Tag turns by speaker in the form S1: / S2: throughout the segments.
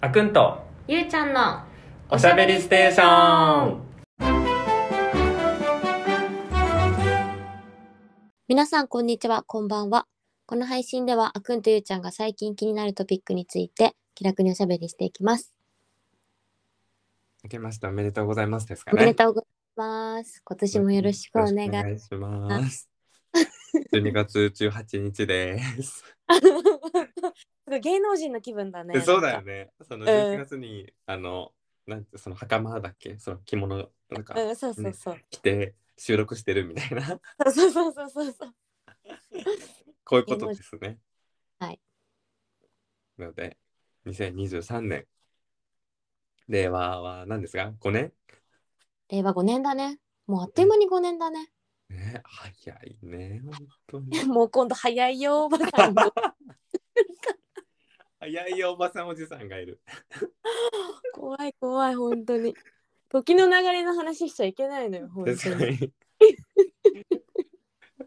S1: あくんと
S2: ゆうちゃんの
S1: おしゃべりステーション
S2: 皆さんこんにちはこんばんはこの配信ではあくんとゆうちゃんが最近気になるトピックについて気楽におしゃべりしていきます、
S1: 明けましておめでとうございますですか
S2: おめで
S1: ね
S2: とうございます今年もよろしくお願い
S1: よろしくお願いします12月18 日です、
S2: 芸能人の気分だね
S1: でそうだよねその
S2: うん
S1: 11月に、あのなんてその袴だっけその着物なんか
S2: ん、そう
S1: そう
S2: そう、
S1: 着て収録してるみたい な
S2: そうそうそうそうそう
S1: こういうことですね
S2: はい
S1: なので2023年令和は何ですか5年
S2: 令和5年だねもうあっという間に5年だね
S1: ね早いね本当 に
S2: もう今度早い よおばさん
S1: 早いよおばさんおじさんがいる
S2: 怖い怖い本当に時の流れの話しちゃいけないのよ本
S1: 確
S2: 当
S1: か
S2: に
S1: に。っ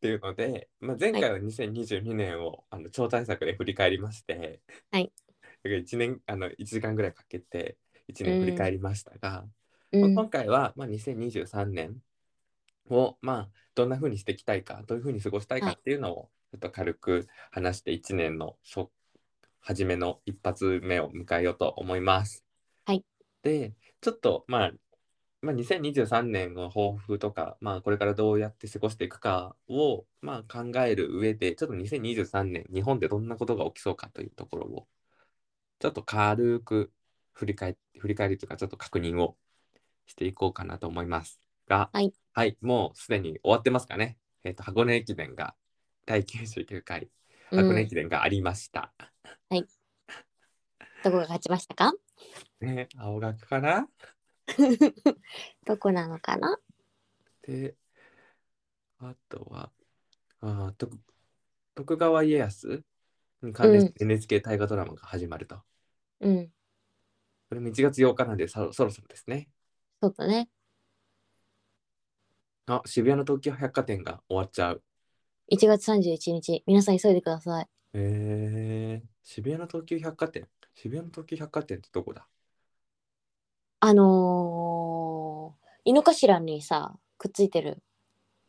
S1: ていうので、まあ、前回は2022年を、あの超大作で振り返りまして、
S2: はい、
S1: 1, 年あの1時間ぐらいかけて1年振り返りましたが、
S2: うん
S1: まあ今回は、まあ、2023年を、まあ、どんな風にしていきたいかどういう風に過ごしたいか
S2: はい
S1: っていうのをちょっと軽く話して1年の初初めの一発目を迎えようと思います。
S2: はい、
S1: でちょっと、まあ、まあ2023年の抱負とか、まあ、これからどうやって過ごしていくかを、まあ、考える上でちょっと2023年日本でどんなことが起きそうかというところをちょっと軽く振り返振り返りというかちょっと確認をしていこうかなと思いますが、
S2: はい、
S1: もうすでに終わってますかね。えっ、と、箱根駅伝が、第99回
S2: う
S1: 箱
S2: ん
S1: 根駅伝がありました。
S2: どこが勝ちましたか
S1: ね、青学かな
S2: どこなのかな
S1: で、あとは、あー徳徳川家康に関連して NHK 大河ドラマが始まると。
S2: うん
S1: これも1月8日なんでそろそろそろですね。
S2: そうだね
S1: あ、渋谷の東京百貨店が終わっちゃう。
S2: 1月31日皆さん急いでください
S1: えー、渋谷の東急百貨店渋谷の東急百貨店ってどこだ
S2: あのー、井の頭にさくっついてる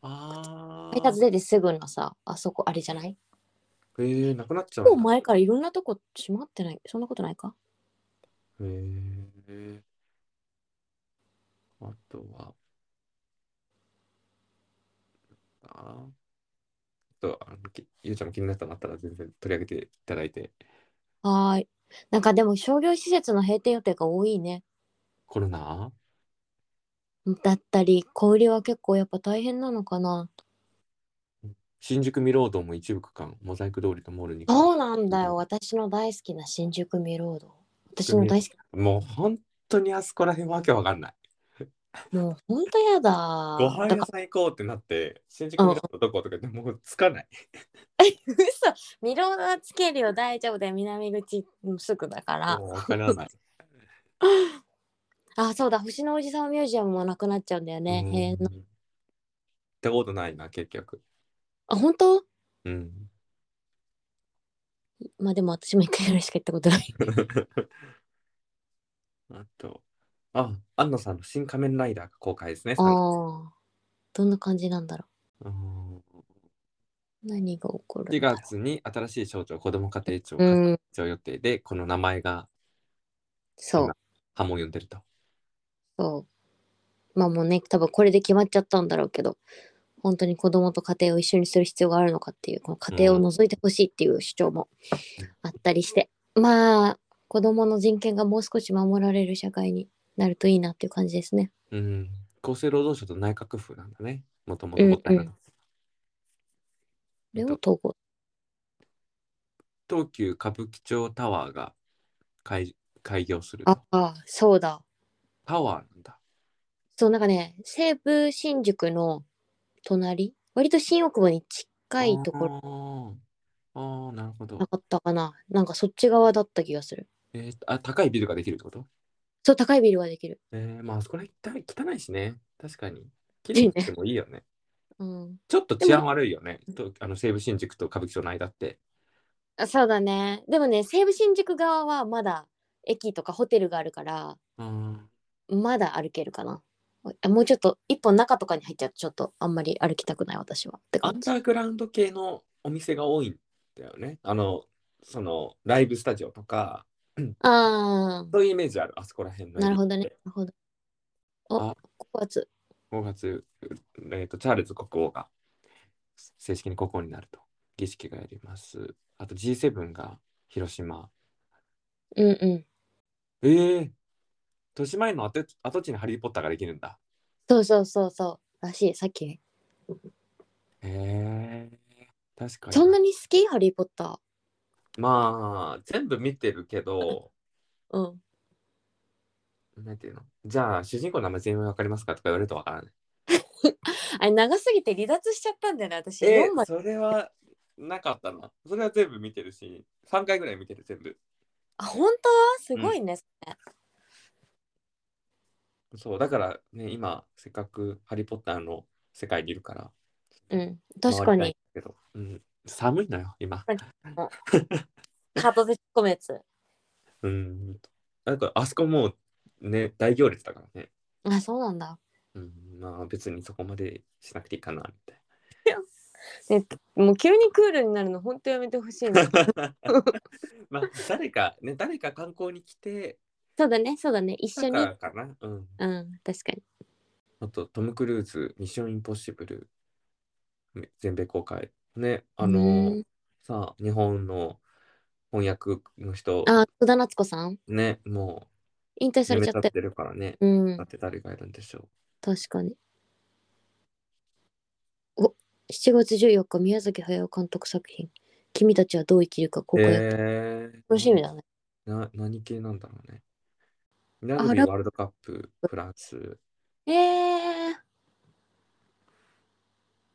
S1: あ
S2: 配達出てすぐのさあそこあれじゃない
S1: えー、なくなっちゃ
S2: もう
S1: うんだ。
S2: 前からいろんなとこ閉まってないそんなことないか
S1: えー、あとは、あーあとあのきゆうちゃんも気になったのあったら全然取り上げていただいて、
S2: はーいなんかでも商業施設の閉店予定が多いね
S1: コロナ
S2: だったり小売りは結構やっぱ大変なのかな
S1: 新宿ミロードも一部区間、モザイク通りとモールに。
S2: そうなんだよ私の大好きな新宿ミロード私の大好き
S1: もう本当にあそこら辺わけわかんない。
S2: もうほんとやだ
S1: ご飯
S2: だ
S1: 屋
S2: か
S1: さん行こうってなって、新宿ミロードどことかでもうつかない。
S2: 嘘ミロードはつけるよ大丈夫だよ南口もうすぐだから
S1: もうわからない。
S2: あそうだ星のおじさんミュージアムもなくなっちゃうんだよね
S1: うん
S2: へえ
S1: 行ったことないな、結局。
S2: あ本当
S1: うん。
S2: まあでも私も一回ぐらいしか行ったこと ない
S1: あと、あ、安野さんの新仮面ライダーが公開ですね。
S2: あ
S1: 3
S2: ーどんな感じなんだろ
S1: うん
S2: う何が起こる
S1: 4
S2: んだろ
S1: 月に新しい省庁子ども家庭庁
S2: う
S1: が
S2: うん
S1: 設置予定で、この名前が
S2: そう
S1: 波紋を呼んでると。
S2: そうまあもうね多分これで決まっちゃったんだろうけど本当に子供と家庭を一緒にする必要があるのかっていうこの家庭を除いてほしいっていう主張もあったりして、まあ子供の人権がもう少し守られる社会になるといいなっていう感じですね。
S1: うん。厚生労働省と内閣府なんだね。もと
S2: う
S1: もと
S2: んうん
S1: 母体が
S2: これを統合
S1: 東急歌舞伎町タワーが開開業すると
S2: あ。あそうだ
S1: タワーなんだ。
S2: そうなんかね西武新宿の隣割と新大久保に近いところ
S1: ろ。あーあー、なるほど
S2: な。かったかななんかそっち側だった気がする
S1: えーあ、高いビルができるってこと
S2: そう高いビルができる
S1: えー、まああそこら辺汚い汚いしね。確かに。綺
S2: い
S1: 麗
S2: い
S1: に
S2: ね
S1: してもいいよね。
S2: うん
S1: ちょっと治安悪いよね。とあの西武新宿と歌舞伎町の間って。
S2: あそうだね。でもね、西武新宿側はまだ駅とかホテルがあるから、
S1: うん。
S2: まだ歩けるかな。あもうちょっと、一本中とかに入っちゃうと、ちょっとあんまり歩きたくない私は。って
S1: ア
S2: 感
S1: ン
S2: じ。
S1: ダーグラウンド系のお店が多いんだよね。あの、その、ライブスタジオとか、
S2: あ
S1: そういうイメージある、あそこら辺の
S2: あ、
S1: エリ
S2: なる
S1: アっ
S2: ほ
S1: て。
S2: どね。なるほど。お
S1: あ、
S2: 5月。
S1: 5月、えっと、チャールズ国王が正式に国王になると、儀式がやります。あと G7 が広島。
S2: うんうん。
S1: ええー、豊島園の跡跡地にハリー・ポッターができるんだ。
S2: そうそうそうそう。らしい、さっき。
S1: へえ、確かに。
S2: そんなに好きハリー・ポッター。
S1: まあ、全部見てるけど、
S2: うん。
S1: なんていうのじゃあ、主人公の名前全員わかりますかとか言われるとわからない。
S2: あれ、長すぎて離脱しちゃったんだよね、私。
S1: え
S2: 4
S1: ー、
S2: 枚。
S1: それはなかったな。それは全部見てるし、3回ぐらい見てる、全部。
S2: あ、本当すごいね。
S1: そう、だからね、今、せっかくハリー・ポッターの世界にいるから、
S2: うん。確か
S1: 回り
S2: に。
S1: たいけど、うん、寒いのよ、今。
S2: ハートで突っ込むやつ。
S1: うん。なんか、あそこもう、ね、大行列だからね。
S2: あ、そうなんだ。
S1: うん、まあ、別にそこまでしなくていいかな、みたい
S2: もう急にクールになるの、本当やめてほしいな。
S1: な。 まあ、誰か、ね、誰か観光に来て、
S2: そうだね、そうだね。一緒
S1: だ
S2: に。
S1: からかな。うん。
S2: うん、確かに。
S1: あと、トム・クルーズ、ミッション・インポッシブル、全米公開。ね、あの、
S2: うん
S1: さあ、日本の翻訳の人、
S2: あ、戸田夏子さん
S1: ね、も
S2: 引退
S1: う、
S2: されちゃっ
S1: 立
S2: て。
S1: てるからね。
S2: うん
S1: だ、って誰がいるんでしょう。
S2: 確かに。お、7月14日、宮崎駿監督作品。君たちはどう生きるか、ここや。
S1: えー、
S2: 楽しみだね。
S1: な。何系なんだろうね。ラグビーワールドカップ、フランス。
S2: えー、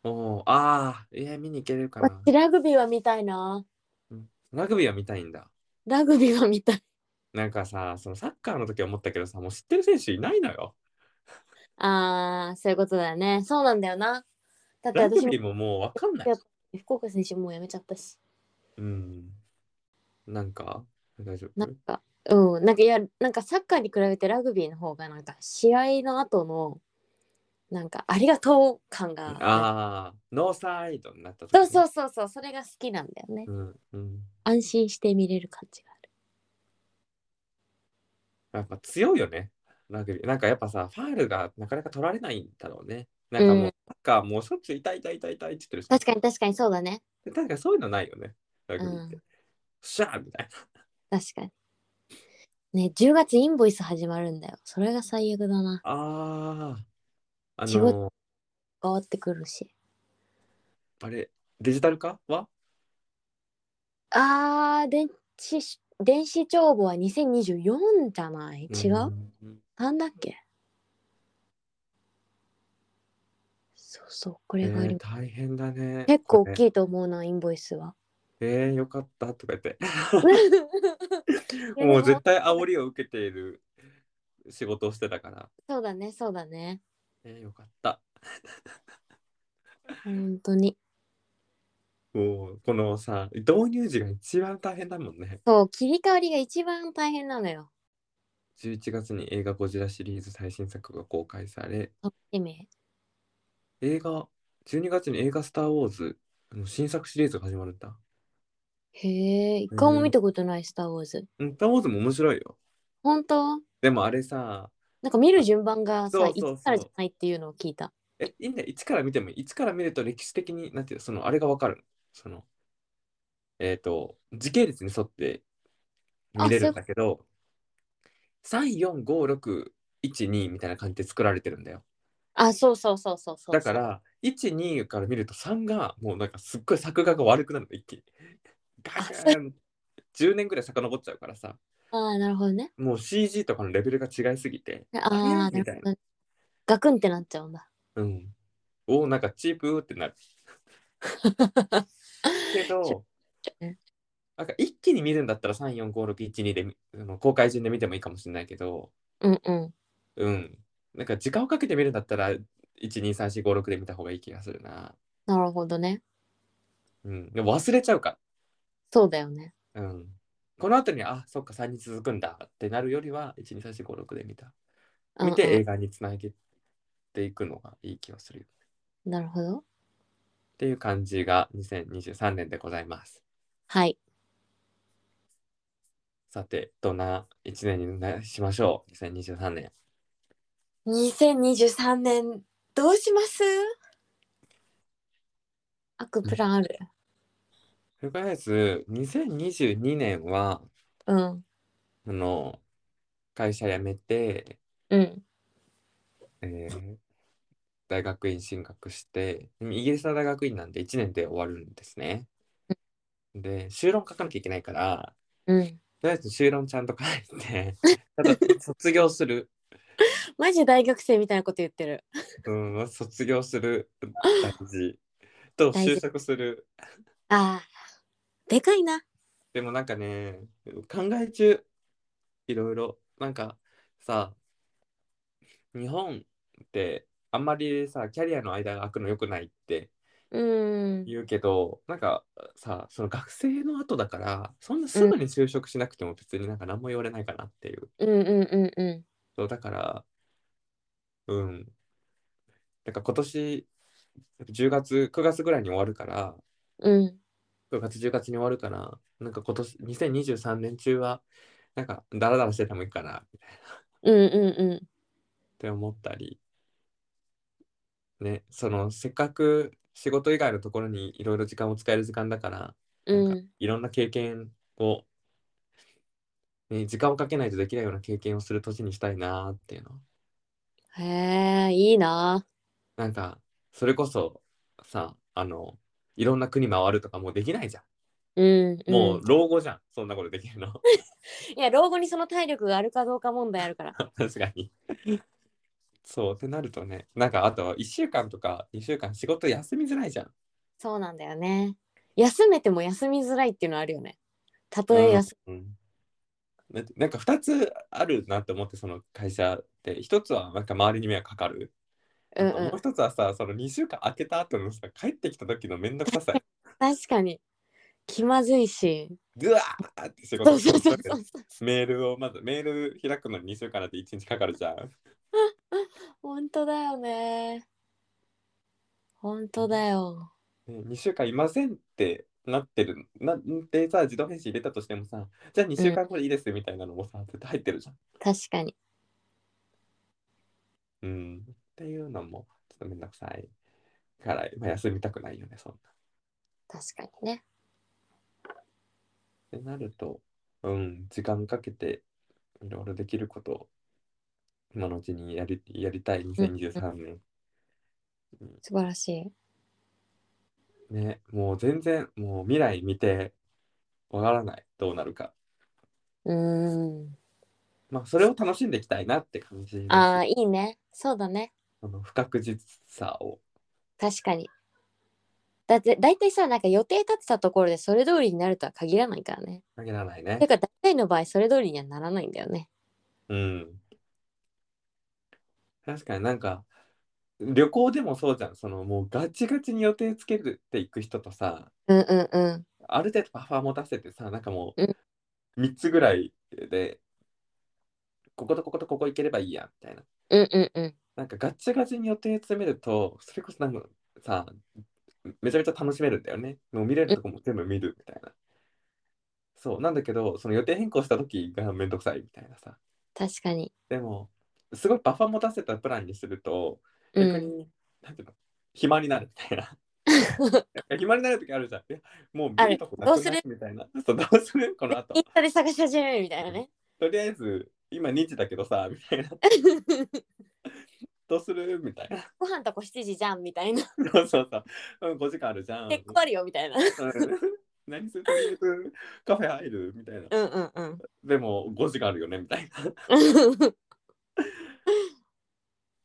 S1: おーああ、えー、見に行けるかな
S2: 私。ラグビーは見たいな。
S1: ラグビーは見たいんだ。
S2: ラグビーは見たい。
S1: なんかさ、そのサッカーの時は思ったけどさ、もう知ってる選手いないのよ。
S2: あー、そういうことだよね。そうなんだよな。だって
S1: ラグ
S2: 私も
S1: ビーももうわかんない
S2: いや。福岡選手もうやめちゃったし。
S1: うん。なんか、大丈
S2: な
S1: 夫
S2: んか、うん、なんかいや、なんかサッカーに比べてラグビーの方が、なんか試合の後の、なんかありがとう感が。
S1: ああ、ノーサイドになった時
S2: そうそううそうそう、それが好きなんだよね。
S1: うん、うん。
S2: 安心して見れる感じがある。
S1: やっぱ強いよね、ラグビー。なんかやっぱさ、ファールがなかなか取られないんだろうね。なんか
S2: う
S1: も
S2: ん
S1: う、サッカーもうしょっちゅう痛い痛い痛い痛いって言ってるし。
S2: 確かに確かにそうだね。
S1: に。確かにそういうのないよね、ラグビーって。
S2: う
S1: シャーみたい
S2: 確かに。ね、10月インボイス始まるんだよ。それが最悪だな。
S1: な。ああ、あ
S2: 仕
S1: の
S2: 事、変わってくるし。
S1: あれ、デジタル化は
S2: あー、電子、電子帳簿は2024じゃない違う、
S1: ん
S2: なんだっけそうそう、こ
S1: え
S2: れがあり
S1: ー、
S2: ます。
S1: 大変だね。
S2: 結構
S1: こ
S2: 大
S1: れ
S2: きいと思うな、インボイスは。
S1: えー、よかったとか言って。 もう絶対煽りを受けている仕事をしてたから。
S2: そうだね、そうだね。
S1: えー、よかった。
S2: 本当に。
S1: もう、このさ、導入時が一番大変だもんね。
S2: そう、切り替わりが一番大変なのよ。
S1: 11月に映画「ゴジラ」シリーズ最新作が公開され
S2: 楽しみ。
S1: 映画12月に映画「スター・ウォーズ」の新作シリーズが始まるんだ
S2: へえ、一回も見たことない、スター・ウォーズ。
S1: うん「スター・ウォーズ」も面白いよ
S2: 本当
S1: でもあれさ
S2: なんか見る順番が
S1: そう
S2: さ、
S1: そうそう
S2: 1からじゃないっていうのを聞いた。
S1: えいいんだよ1から見てもいい1から見ると歴史的になんていうのそのあれがわかるそのえっ、と時系列に沿って見れるんだけど34561みたいな感じで作られてるんだよ
S2: あ、そうそうそうそうそうそう。
S1: だか。ら12から見ると3がもうなんかすっごい作画が悪くなるの一気に。ガーン10年ぐらい遡っちゃうからさ
S2: ああ、なるほどね。
S1: もう CG とかのレベルが違いすぎて
S2: ああ、な
S1: み
S2: る
S1: たい
S2: ほ
S1: な、
S2: ど。ガクンってなっちゃうんだ。
S1: うん、おーなんかチープーって なるけど
S2: ね
S1: なんか一気に見るんだったら34561であの公開順で見てもいいかもしれないけど
S2: うんうん。
S1: うんなんか時間をかけて見るんだったら123456で見た方がいい気がするな、
S2: なるほどね。
S1: うん、でも忘れちゃうから
S2: そうだよね。
S1: うん。この後に、あ、そっか、3に続くんだってなるよりは、1、2、3、4、5、6で見た。
S2: うん
S1: 見て
S2: う
S1: 映画につなげていくのがいい気がするよ。っ
S2: ん、なるほど。
S1: ていう感じが2023年でございます。
S2: はい。
S1: さて、どんな1年になしましょう ?2023 年。
S2: 2023年どうします悪プランある。
S1: とりあえず、2022年は、
S2: うん。
S1: あの、会社辞めて、
S2: うん。
S1: えー大学院進学して、イギリスの大学院なんで1年で終わるんですね。で、修論書かなきゃいけないから、
S2: うん。
S1: とりあえず修論ちゃんと書いて、あと卒業する、
S2: マジ大学生みたいなこと言ってる。
S1: うん、卒業する大事と
S2: 大事
S1: 就職する。
S2: ああ。でかいな。
S1: でもなんかね、考え中、いろいろ、なんかさ、日本ってあんまりさ、キャリアの間が空くの良くないって
S2: うん。
S1: 言うけど、なんかさ、その学生の後だから、そんなすぐに就職しなくても別になんか何も言われないかなっていう。
S2: うんうんうんう
S1: そうだから、うん。だから今年、10月、9月ぐらいに終わるから、
S2: ん。うん。
S1: 9月、10月に終わるから、なんか今年、2023年中は、なんか、ダラダラしててもいいかな、みたいな、っ
S2: うんうんうん。
S1: て思ったり、ね、その、せっかく仕事以外のところにいろいろ時間を使える時間だから、
S2: うん。
S1: いろんな経験を、ね、時間をかけないとできないような経験をする年にしたいなっていうのは
S2: へえ、いいな。
S1: なんか、それこそさ、あの、いろんな国回るとかもうできないじゃ
S2: うん、
S1: ん。もう老後じゃん。そんなことできるの。
S2: いや、老後にその体力があるかどうか問題あるから。
S1: 確かに。そうってなるとね、なんかあと1週間とか2週間仕事休みづらいじゃん。
S2: そうなんだよね。休めても休みづらいっていうのはあるよね。たとえ休
S1: うんだってなんか2つあるなって思ってその会社って1つはなんか周りに迷惑かかる、
S2: うん
S1: あとも
S2: う、
S1: うん1つはさその2週間空けた後のさ帰ってきた時のめんどくさ さ
S2: 確かに気まずいし
S1: ぐわーって仕事
S2: そうそうそうそう
S1: メールをまずメール開くのに2週間だって1日かかるじゃん。
S2: 本当だよね本当だよ
S1: ね2週間いませんってなってるなでさ自動返信入れたとしてもさじゃあ2週間後でいいですみたいなのもさ、絶対入ってるじゃん。
S2: 確かに
S1: うん、っていうのもちょっとめんどくさいから、まあ、休みたくないよねそんな。
S2: 確かにね
S1: ってなると、うん、時間かけていろいろできることを今のうちにやりやりたい2023年。
S2: 素晴らしい
S1: ね、もう全然もう未来見てわからないどうなるか。
S2: うーん
S1: まあ、それを楽しんでいきたいなって感じです。
S2: ああいいねそうだね
S1: その不確実さを。
S2: 確かにだって大体さなんか予定立てたところでそれ通りになるとは限らないからね
S1: 限らないね
S2: だ。から大体の場合それ通りにはならないんだよね
S1: うん。確かになんか、旅行でもそうじゃん。そのもうガチガチに予定つけるっていく人とさ、
S2: うんうんうん
S1: ある程度パファー持たせてさ、なんかも
S2: うん
S1: う3つぐらいで、こことこことここ行ければいいや、みたいな。
S2: うんうんうん
S1: なんかガチガチに予定詰めると、それこそなんかさ、めちゃめちゃ楽しめるんだよね。もう見れるとこも全部見るみたいな。そう、なんだけど、その予定変更した時がめんどくさいみたいなさ。
S2: 確かに
S1: でも、すごいバッファー持たせたプランにすると、
S2: う
S1: 逆
S2: ん
S1: に、なんていうの、暇になるみた いな。暇になる時あるじゃん。いやもう見るとこなくないみたいな。そう、どうするこの後
S2: イン。スタで探し始めるみたいなね
S1: とりあえず、今2時だけどさ、みたいな。どうするみたいな。
S2: ご飯とこ7時じゃんみたいな
S1: そうそうそう。うん、5時間あるじゃん。
S2: 結構あるよみたいな。う
S1: うん何するとりあえずカフェ入るみたいな。
S2: んうんうん。
S1: でも5時間あるよねみたいな。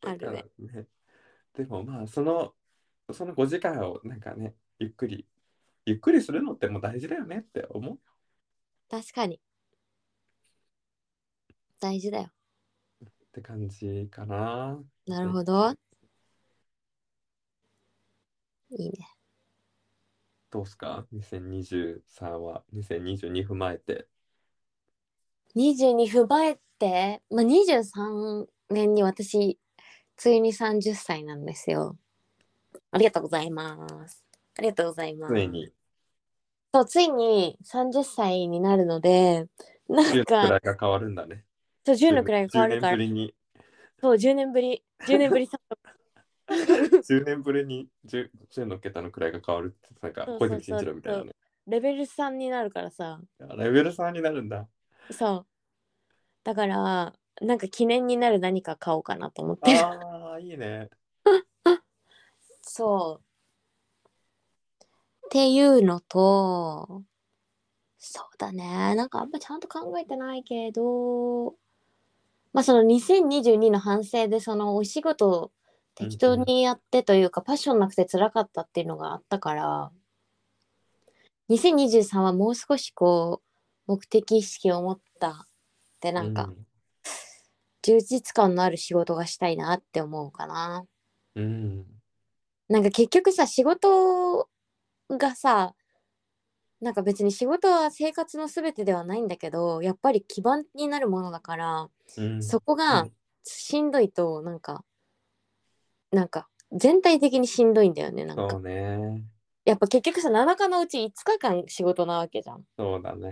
S2: あるね。
S1: ねでもまあそのその5時間をなんかねゆっくりゆっくりするのってもう大事だよねって思う。
S2: 確かに。大事だよ。
S1: って感じかな。
S2: なるほど。いいね。
S1: どうすか ?2023 は、2022踏まえて。
S2: 22踏まえて、まあ、23年に私ついに30歳なんですよありがとうございますありがとうございます
S1: ついに、
S2: そうついに30歳になるのでなん
S1: 10くら
S2: か
S1: いが変わるんだね。
S2: そう10の位が変わるか
S1: 10年ぶ
S2: ら
S1: りに、
S2: そう10年ぶり10年ぶり
S1: 10年ぶりに 10, 10の桁の位が変わるって、なんか
S2: そうそ
S1: 小
S2: うそう
S1: 泉進次郎みたいなね。
S2: レベル3になるからさ
S1: レベル3になる んだ。
S2: そうだからなんか記念になる何か買おうかなと思ってる
S1: ああ、いいね。
S2: そう。っていうのと、そうだね。なんかあんまちゃんと考えてないけど、まあその2022の反省でそのお仕事を適当にやってというか、パッションなくて辛かったっていうのがあったから、2023はもう少しこう、目的意識を持ったでなんか、充実感のある仕事がしたいなって思うかな。
S1: うん。うん。
S2: なんか結局さ仕事がさなんか別に仕事は生活の全てではないんだけどやっぱり基盤になるものだから、
S1: うん、
S2: そこ
S1: う
S2: が
S1: ん
S2: しんどいとなんかなんか全体的にしんどいんだよねなん
S1: そ
S2: か
S1: うね。
S2: やっぱ結局さ7日のうち5日間仕事なわけじゃんだ
S1: そうだね。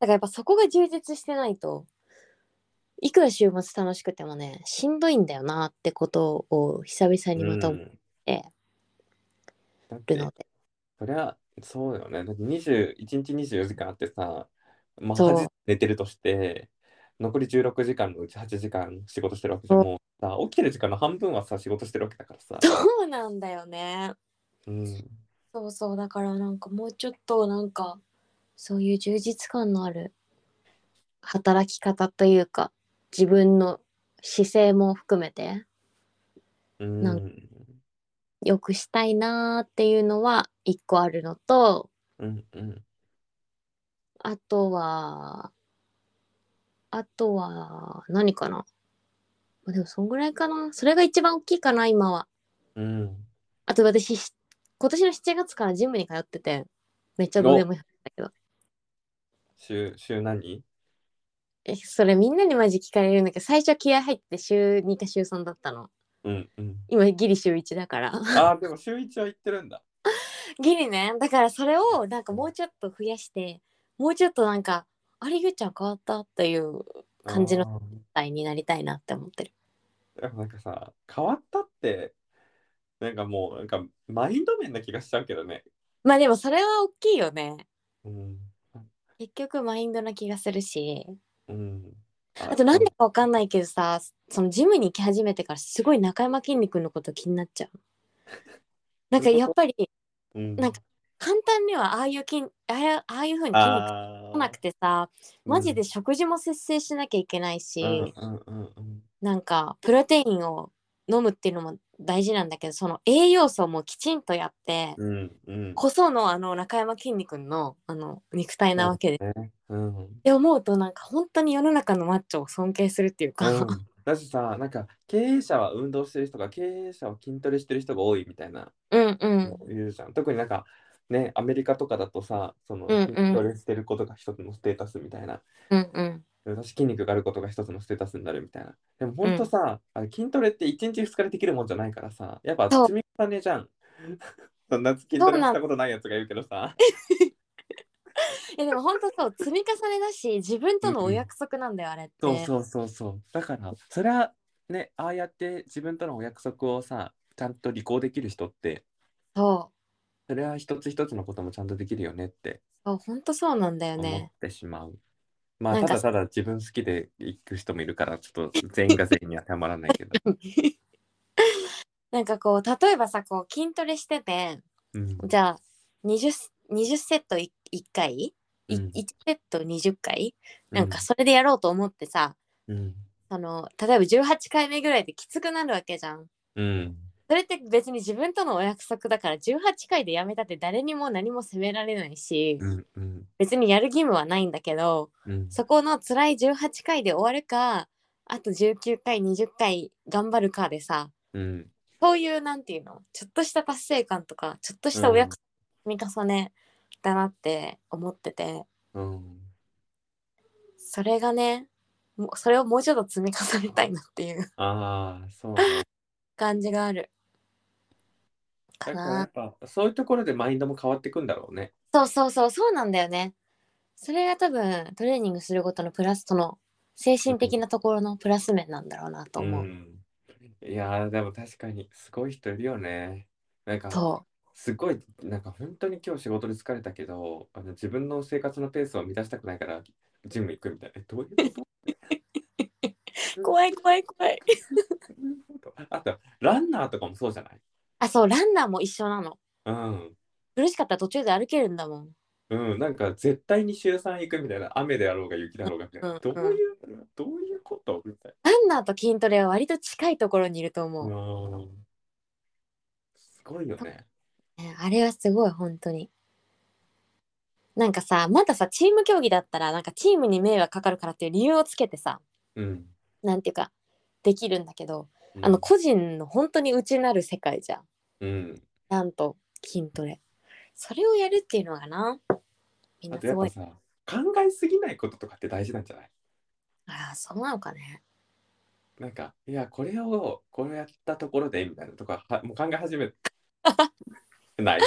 S2: からやっぱそこが充実してないといくら週末楽しくてもねしんどいんだよなってことを久々にまた
S1: う
S2: 思
S1: ん
S2: え
S1: だっ
S2: る
S1: て
S2: ので、
S1: そりゃそうだよね。だって21日24時間あってさ、まあ、
S2: そう
S1: 8時寝てるとして、残り16時間のうち8時間仕事してるわけじゃん。もうさ、起きてる時間の半分はさ、仕事してるわけだからさ。
S2: そうなんだよね
S1: うん、
S2: そうそうだからなんかもうちょっとなんかそういう充実感のある働き方というか自分の姿勢も含めて
S1: うん、
S2: なん良くしたいなーっていうのは一個あるのと
S1: うん、うん。
S2: あとはあとは何かなまあでもそんぐらいかなそれが一番大きいかな今は
S1: うん、
S2: あと私し今年の7月からジムに通っててめっちゃどうでもいいんだけど
S1: 週、週何
S2: えそれみんなにマジ聞かれるんだけど最初は気合入って週2か週3だったの
S1: うん、 うん。
S2: 今ギリ週1だから
S1: ああ、でも週1は行ってるんだ。
S2: ギリねだからそれをなんかもうちょっと増やしてもうちょっとなんかあれゆうちゃん変わったっていう感じの
S1: あー
S2: 体になりたいなって思ってる
S1: でもなんかさ、変わったって、なんかもう、なんかマインド面な気がしちゃうけどね。
S2: まあでもそれは大きいよね
S1: うん、
S2: 結局マインドな気がするし
S1: うん。
S2: あとなんでかわかんないけどさそのジムに行き始めてからすごい中山きんに君のこと気になっ ちゃうなんかやっぱり
S1: うん、
S2: なんか簡単にはああいう筋ああいうああいう風に筋肉
S1: あ
S2: 来なくてさマジで食事も節制しなきゃいけないし、なんかプロテインを飲むっていうのも大事なんだけどその栄養素もきちんとやって、こそのあの中山きんに君のあの肉体なわけで、って思うとなんか本当に世の中のマッチョを尊敬するっていうか、
S1: だしさなんか経営者は運動してる人が経営者は筋トレしてる人が多いみたいな
S2: うんうん
S1: 言うじゃん、特になんかねアメリカとかだとさその
S2: うんうん
S1: 筋トレしてることが一つのステータスみたいな、
S2: うんうん
S1: 私筋肉があることが一つのステータスになるみたいなでもほんとさ、あれ筋トレって1日2日でできるもんじゃないからさやっぱ
S2: そう
S1: 積み重ねじゃん そんな筋トレしたことないやつがいるけどさ
S2: いやでも本当そう積み重ねだし自分とのお約束なんだよあれって
S1: そうそうそうそう。だから、それはね、ああやって自分とのお約束をさ、ちゃんと履行できる人って、
S2: そう
S1: それは一つ一つのこともちゃんとできるよねって
S2: そう本当そうなんだよ
S1: 思
S2: ね
S1: ってしまう。まあ、
S2: なん
S1: た
S2: か
S1: だただ自分好きで行く人もいるから、ちょっと全員が全員にはたまらな いけど。
S2: なんかこう例えばさこう筋トレしてて
S1: うん、
S2: じゃあ 20, 20セット 1, 回、い
S1: うん
S2: 1セット20回なんかそれでやろうと思ってさ、
S1: うん、
S2: その例えば18回目ぐらいできつくなるわけじゃん。
S1: うん、
S2: それって別に自分とのお約束だから18回でやめたって誰にも何も責められないし
S1: うん、うん、
S2: 別にやる義務はないんだけど
S1: うん、
S2: そこの辛い18回で終わるかあと19回20回頑張るかでさ
S1: うん、
S2: そういうなんていうのちょっとした達成感とかちょっとしたお約み重ねだなって思ってて
S1: うん。
S2: それがねもうそれをもうちょっと積み重ねたいなっていう
S1: ああ、そうね。
S2: 感じがあるか
S1: だからや
S2: な
S1: っぱ、そういうところでマインドも変わっていくんだろうね。
S2: そうそうそうそうなんだよねそれが多分トレーニングすることのプラスとの精神的なところのプラス面なんだろうなと思う、
S1: ん。いやー、でも確かに、すごい人いるよね。なんか、
S2: そ
S1: すごい、なんか本当に今日仕事で疲れたけど、あの自分の生活のペースを乱したくないから、ジム行くみたいな。え、どういうこと
S2: う怖い怖い怖い
S1: どうい うことあと、ランナーとかもそうじゃない
S2: あそうランナーも一緒なの
S1: うん。
S2: 苦しかったら途中で歩けるんだもん
S1: うん、なんか絶対に週3行くみたいな雨であろうが雪だろうがみたいな、
S2: うん
S1: どういうどういうことみたい
S2: ランナーと筋トレは割と近いところにいると思
S1: な、
S2: う、
S1: うんすごいよね
S2: ねあれはすごい本当になんかさまださチーム競技だったらなんかチームに迷惑かかるからっていう理由をつけてさ
S1: うん
S2: なんていうかできるんだけど、
S1: うん
S2: あの個人の本当に内なる世界じゃん
S1: うん
S2: なんと筋トレそれをやるっていうのがなみん
S1: あ
S2: な
S1: とや
S2: す
S1: っ
S2: ご
S1: ぱ
S2: い
S1: さ考えすぎないこととかって大事なんじゃない
S2: ああそうなのかね
S1: なんかいやこれをこれやったところでみたいなとかはもう考え始め ない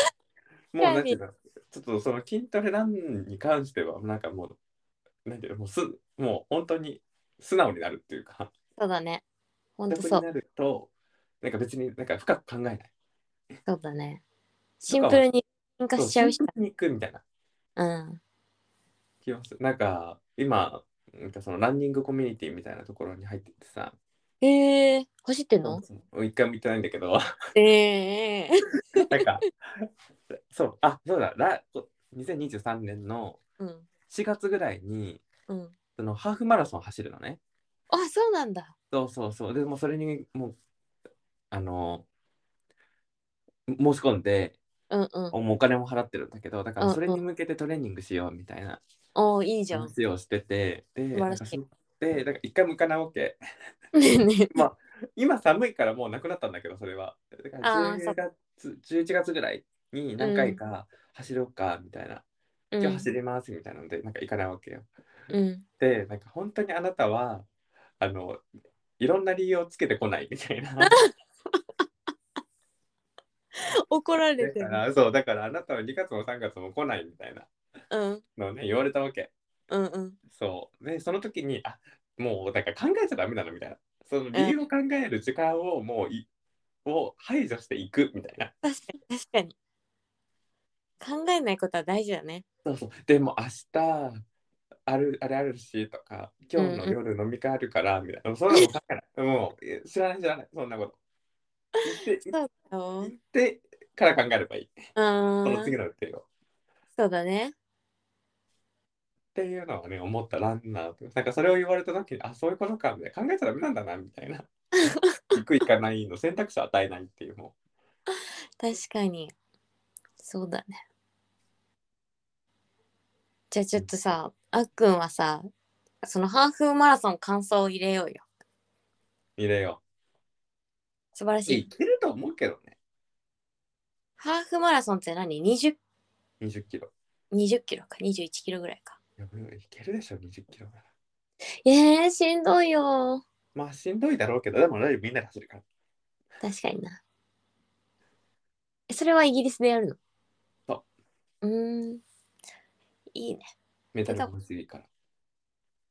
S1: もうなんていうのちょっとその筋トレランに関してはなんかもうなんていうのもうすもう本当に素直になるっていうか
S2: そうだね本当
S1: 楽
S2: そ
S1: に
S2: う
S1: なるとなんか別になんか深く考えない
S2: そうだねシンプルに進化しちゃうし
S1: そうシンプルに行くみたいな
S2: うん
S1: 気がするなんか今なんかそのランニングコミュニティみたいなところに入っててさ
S2: へえ走ってんの
S1: うん一回も行ってないんだけど
S2: ええ
S1: なんか そうあそうだら2023年の
S2: うん
S1: 4月ぐらいに
S2: うん
S1: そのハーフマラソン走るのね
S2: あそうなんだ
S1: そうそうそうでもうそれにもうあの申し込んで
S2: うんうん
S1: もうお金も払ってるんだけどだか
S2: うん
S1: ら
S2: うん
S1: それに向けてトレーニングしようみたいな
S2: おーいいじゃん
S1: 話をしててで
S2: 晴
S1: な
S2: ら
S1: んか
S2: しい
S1: そでなんか一回も行かないわけ
S2: ねえね
S1: まあ今寒いからもうなくなったんだけどそれはだか
S2: あ
S1: ら
S2: ーそ
S1: 10
S2: っ
S1: 月11月ぐらいに何回か走ろうかみたいな、
S2: え
S1: 今日走りますみたいなのでなんか行かないわけよ
S2: うんうん
S1: でなんか本当にあなたはあのいろんな理由をつけてこないみたいな
S2: 怒られ
S1: だ
S2: て
S1: か
S2: る
S1: らそうだからあなたは2月も3月も来ないみたいな
S2: うん
S1: のをね言われたわけ
S2: うんうん
S1: そう。で、その時に、あもう、なんか考えちゃダメなのみたいな。その理由を考える時間をもうい、を排除していくみたいな。
S2: 確かに確かに考えないことは大事だね
S1: そうそう。でも明日、あるあれあるしとか、今日の夜飲み会あるからみたいな。そんなの考えない。もうえ、知らない知らない、そんなこと。言って、
S2: そうだよ
S1: 言ってから考えればいい。
S2: あ
S1: その
S2: ー
S1: 次の予定を。っ
S2: そうだね
S1: ていうのはね、思ったランナーとなんかそれを言われた時に、あ、そういうことか、みたいな。考えちゃダメなんだな、みたいな。行く行かないの選択肢を与えないっていう、もう。
S2: 確かにそうだねじゃあちょっとさあっくんはさそのハーフマラソン感想を入れようよ
S1: 入れよ
S2: 素晴らし
S1: う。
S2: い、
S1: いけると思うけどね。
S2: ハーフマラソンって何 20,
S1: 20キロ。
S2: 20キロか21キロぐらいか
S1: いやうんいけるでしょ、20キロなら。
S2: えー、しんどいよ
S1: まあ、しんどいだろうけど、でもねみんなで走るから。
S2: 確かになえそれはイギリスでやるの
S1: そう
S2: うーんいいね
S1: メダルが欲しいから。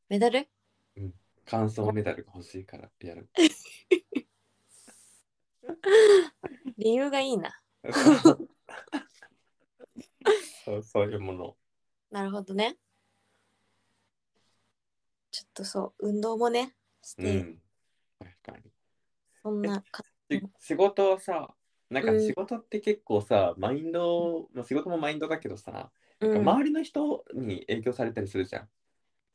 S2: メダル
S1: 感想メダルが欲しいからや る。
S2: 理由がいいな
S1: そうそういうもの。
S2: なるほどねちょっとそう運動もねし
S1: う
S2: て、
S1: ん。確か
S2: そんなか
S1: に。し仕事はさ、なんか仕事って結構さ、マインド、まあ、仕事もマインドだけどさ、なん
S2: うん
S1: か周りの人に影響されたりするじゃん。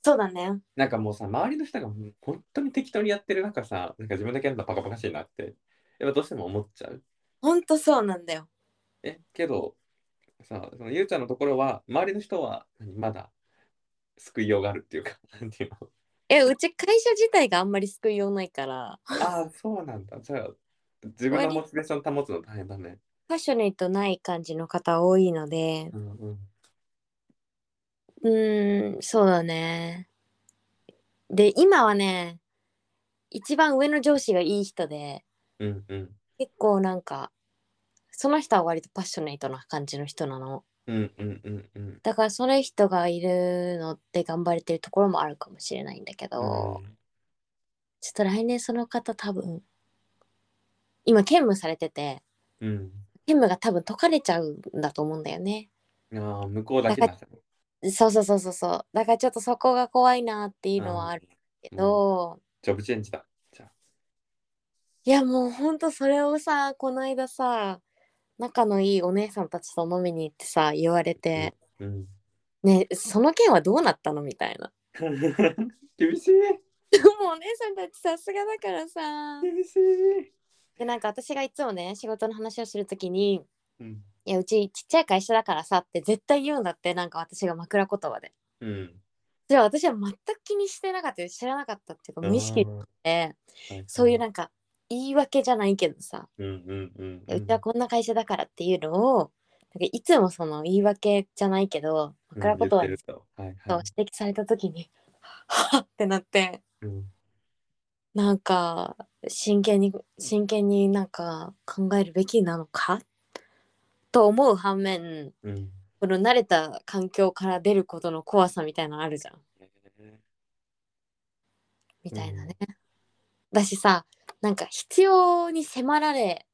S2: そうだね
S1: なんかもうさ、周りの人がもう本当に適当にやってる中さ、なんか自分だけやるのバカバカしいなって、やっぱどうしても思っちゃう。
S2: ほんとそうなんだよ
S1: え、けど、さ、そのゆうちゃんのところは、周りの人は何まだ救いようがあるっていうか、なんていうの。
S2: えうち会社自体があんまり救いようないから
S1: ああ、そうなんだ。じゃあ、自分のモチベーション保つの大変だね。
S2: パッショネイトない感じの方多いので、
S1: うんうん
S2: うーん、そうだね。で、今はね、一番上の上司がいい人で、
S1: うんうん
S2: 結構なんか、その人は割とパッショネイトな感じの人なの。
S1: うんうんうんうん
S2: だからその人がいるので頑張れてるところもあるかもしれないんだけど、ちょっと来年その方多分、今兼務されてて、
S1: うん
S2: 兼務が多分解かれちゃうんだと思うんだよね。
S1: うんああ向こうだけだ
S2: そうそうそうそうそう。だからちょっとそこが怖いなっていうのはあるけど、
S1: ジョブチェンジだじゃあ
S2: いやもうほんとそれをさ、この間さ、仲のいいお姉さんたちと飲みに行ってさ、言われて、
S1: うん
S2: ね、その件はどうなったのみたいな。
S1: 厳しい
S2: でもお姉さんたちさすがだからさ。
S1: 厳しい
S2: で、なんか私がいつもね、仕事の話をするときに、
S1: うん
S2: いや、うちちっちゃい会社だからさって絶対言うんだって、なんか私が枕言葉で。
S1: うん
S2: じゃあ私は全く気にしてなかったよ知らなかったっていうか無意識で、そういうなんか言い訳じゃないけどさ、
S1: うんうんうん
S2: うちはこんな会社だからっていうのをなんかいつもその言い訳じゃないけど枕言葉
S1: は
S2: で
S1: はいはい
S2: 指摘された時に「はっ」ってなって
S1: うん
S2: なんか真剣に真剣になんか考えるべきなのかと思う反面
S1: うん
S2: この慣れた環境から出ることの怖さみたいなのあるじゃん。みたいなね。だしさなんか必要に迫られ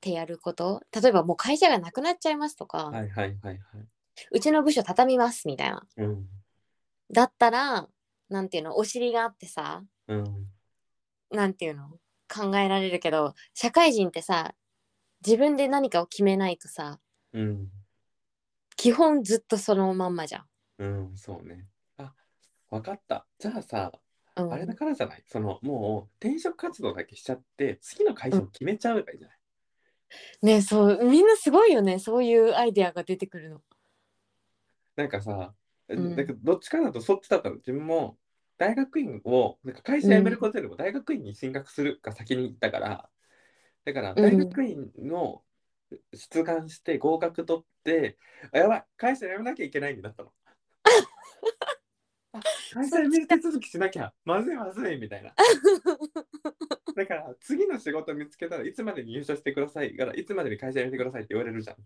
S2: てやること例えばもう会社がなくなっちゃいますとか、
S1: はいはいはいはいう
S2: ちの部署畳みますみたいな
S1: うん
S2: だったらなんていうのお尻があってさ
S1: うん
S2: なんていうの考えられるけど社会人ってさ自分で何かを決めないとさ
S1: うん
S2: 基本ずっとそのまんまじゃん。
S1: うんそうねあわかったじゃあさ
S2: うん、
S1: あれだからじゃないそのもう転職活動だけしちゃって次の会社を決めちゃえばいいじゃない、
S2: ねそうみんなすごいよねそういうアイデアが出てくるの。
S1: なんかさ、
S2: ん
S1: だけどどっちかだとそっちだったの自分も大学院をなんか会社辞めることよりも大学院に進学するが先に行ったからだから大学院の出願して合格取って、あやばい会社辞めなきゃいけないになったの。あ会社辞める手続きしなきゃまずいまずいみたいな。だから次の仕事見つけたらいつまでに入社してくださいからいつまでに会社辞めてくださいって言われるじゃん。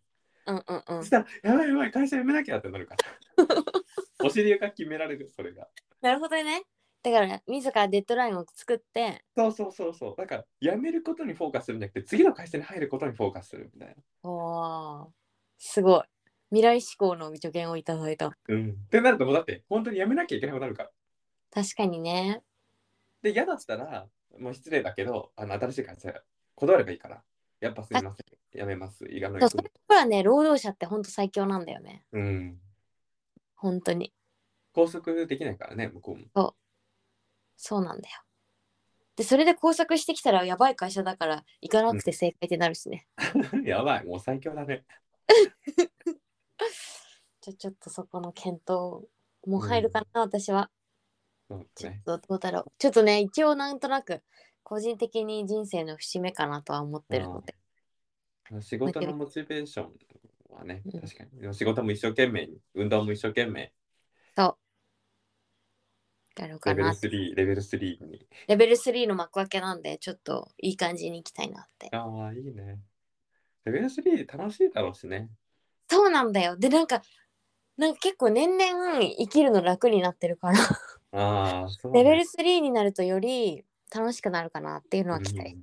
S2: うんうんうん
S1: そし、たら、やばいやばい、会社辞めなきゃってなる から。お尻が決められる、それが。
S2: なるほどね。だから自らデッドラインを作って
S1: そうそうそうそう。だから、辞めることにフォーカスするんじゃなくて、次の会社に入ることにフォーカスするみたいな。
S2: おーすごい未来志向の助言をいただいた
S1: うん。ってなると、もうだって、本当に辞めなきゃいけなくなるから。
S2: 確かにね
S1: で、嫌だったら、もう失礼だけど、あの新しい会社、断ればいいから。やっぱすみません。辞めます。いらない
S2: そうそういうところはね労働者ってほんと最強なんだよね
S1: うん。
S2: 本当に
S1: 拘束できないからね、向こうも。
S2: そうなんだよでそれで工作してきたらやばい会社だから行かなくて正解ってなるしね、
S1: やばい、もう 最強だね。
S2: じゃあちょっとそこの検討も入るかな、私は
S1: そう
S2: ちょっ
S1: ね。
S2: とどうだろうちょっとね一応なんとなく個人的に人生の節目かなとは思ってるので、
S1: 仕事のモチベーションはね
S2: うん、
S1: 確かに。でも仕事も一生懸命に、運動も一生懸命、
S2: やろうか
S1: レベル
S2: なって
S1: 3、レベル3に。
S2: レベル3の幕開けなんで、ちょっといい感じに行きたいなって。
S1: ああ、いいね。レベル3楽しいだろうしね。
S2: そうなんだよ。で、なんか、なんか結構年々生きるの楽になってるから、
S1: ああ、そう、
S2: レ
S1: ね。
S2: ベル3になるとより楽しくなるかなっていうのは期待。
S1: うん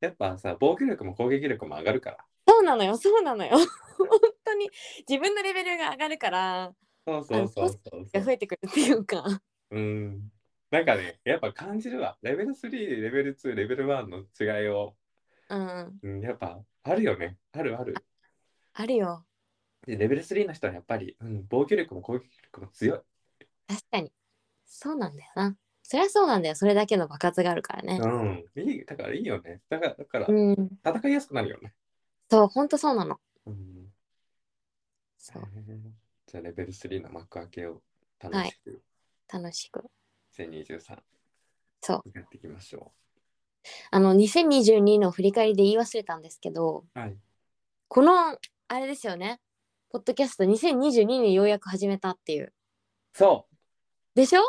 S1: やっぱさ、防御力も攻撃力も上がるから。
S2: そうなのよ、そうなのよ。 本当に自分のレベルが上がるから、
S1: そうそうそうそうそ
S2: 増
S1: う。
S2: えてくるっていうか。
S1: うん。なんかね、やっぱ感じるわ。レベル3、レベル2、レベル1の違いを、
S2: うん、
S1: うん、やっぱあるよね。あるある。
S2: あるよ。
S1: でレベル3の人はやっぱり、うん、防御力も攻撃力も強い。
S2: 確かに。そうなんだよな。そりゃそうなんだよ。それだけの爆発があるからね。
S1: うん。いい、だからいいよね。だから、だから
S2: うん。
S1: 戦いやすくなるよね。
S2: そう、本当そうなの。
S1: うん。
S2: そう
S1: へ、えじゃあ、レベル3の幕開けを楽しく
S2: 楽しく。
S1: 2023
S2: そう。
S1: やっていきましょ
S2: あの2022の振り返りで言い忘れたんですけど
S1: はい。
S2: このあれですよねポッドキャスト2022にようやく始めたっていう
S1: そ
S2: でしょ
S1: う、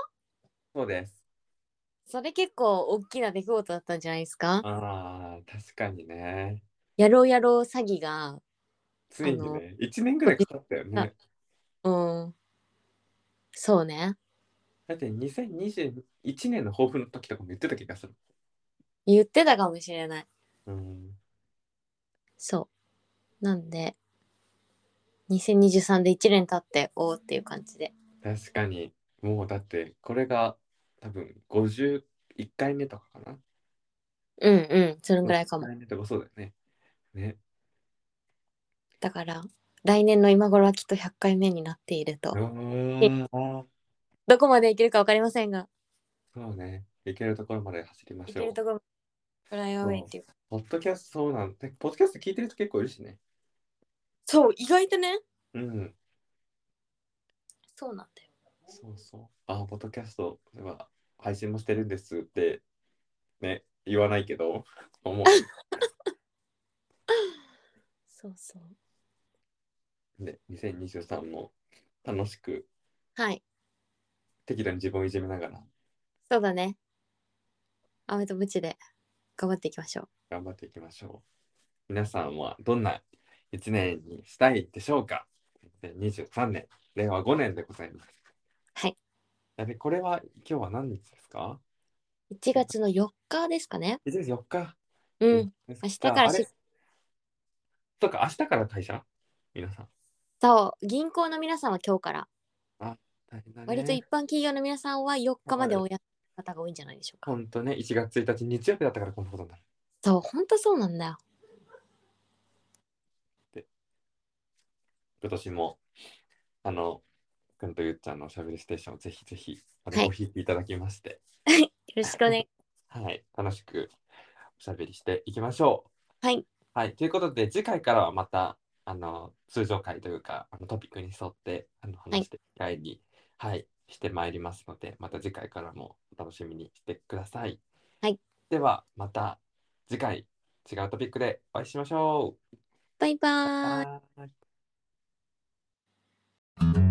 S1: そうです。
S2: それ結構大きな出来事だったんじゃないですか
S1: ああ、確かにね。
S2: やろうやろう詐欺が
S1: ついにね、1年ぐらいかかったよね。
S2: うんそうね
S1: だって2021年の抱負の時とかも言ってた気がする。
S2: 言ってたかもしれない
S1: うん。
S2: そうなんで2023で1年経っておーっていう感じで
S1: 確かに。もうだって、これが多分51回目とかかな。
S2: うんうんそのぐらいかも
S1: 51回目とかそうだよね。ね。
S2: だから来年の今頃はきっと100回目になっていると
S1: うーん
S2: どこまでいけるか分かりませんが
S1: そうね。行けるところまで走りま
S2: い
S1: し
S2: け
S1: ょう
S2: る。ところフライアウェイっていう
S1: ポッドキャストそうなんで、ポッドキャスト聞いてる人結構いるしね。
S2: そう意外とね
S1: うん。
S2: そうなんだよ
S1: そうそう。あ、ポッドキャストでは配信もしてるんですって、ね、言わないけど、 思う。
S2: そうそう
S1: で、2023も楽しく、
S2: はい
S1: 適度に自分をいじめながら
S2: そうだね飴とムチで頑張っていきましょう
S1: 頑張っていきましょう。皆さんはどんな1年にしたいでしょうか ?23 年、令和5年でございます。
S2: はい。
S1: やべ、これは今日は何日ですか
S2: 1月の4日ですかね
S1: ?1 月4日。
S2: うん。明
S1: 明
S2: 日からし
S1: そうか、明日から会社皆さん。
S2: そう銀行の皆さんは今日から
S1: 大変だね
S2: 割と一般企業の皆さんは4日までおやすみ方が多いんじゃないでしょうか、
S1: ほんとね、1月1日日曜日だったからこんなことになる。
S2: そうほんとそうなんだよ
S1: 今年も、あの、くんとゆっちゃんのおしゃべりステーションをぜひぜひ、あ
S2: は
S1: の、
S2: い
S1: お引きいただきまして、
S2: よろしくお願い
S1: はい、楽しくおしゃべりしていきましょう。
S2: はい。
S1: はい、ということで、次回からはまた、あの、通常回というか、あのトピックに沿って、あの、
S2: い
S1: 話していきたいに、はい、してまいりますので、また次回からもお楽しみにしてください。
S2: はい。
S1: では、また次回、違うトピックでお会いしましょう。
S2: バイバーイ
S1: バイ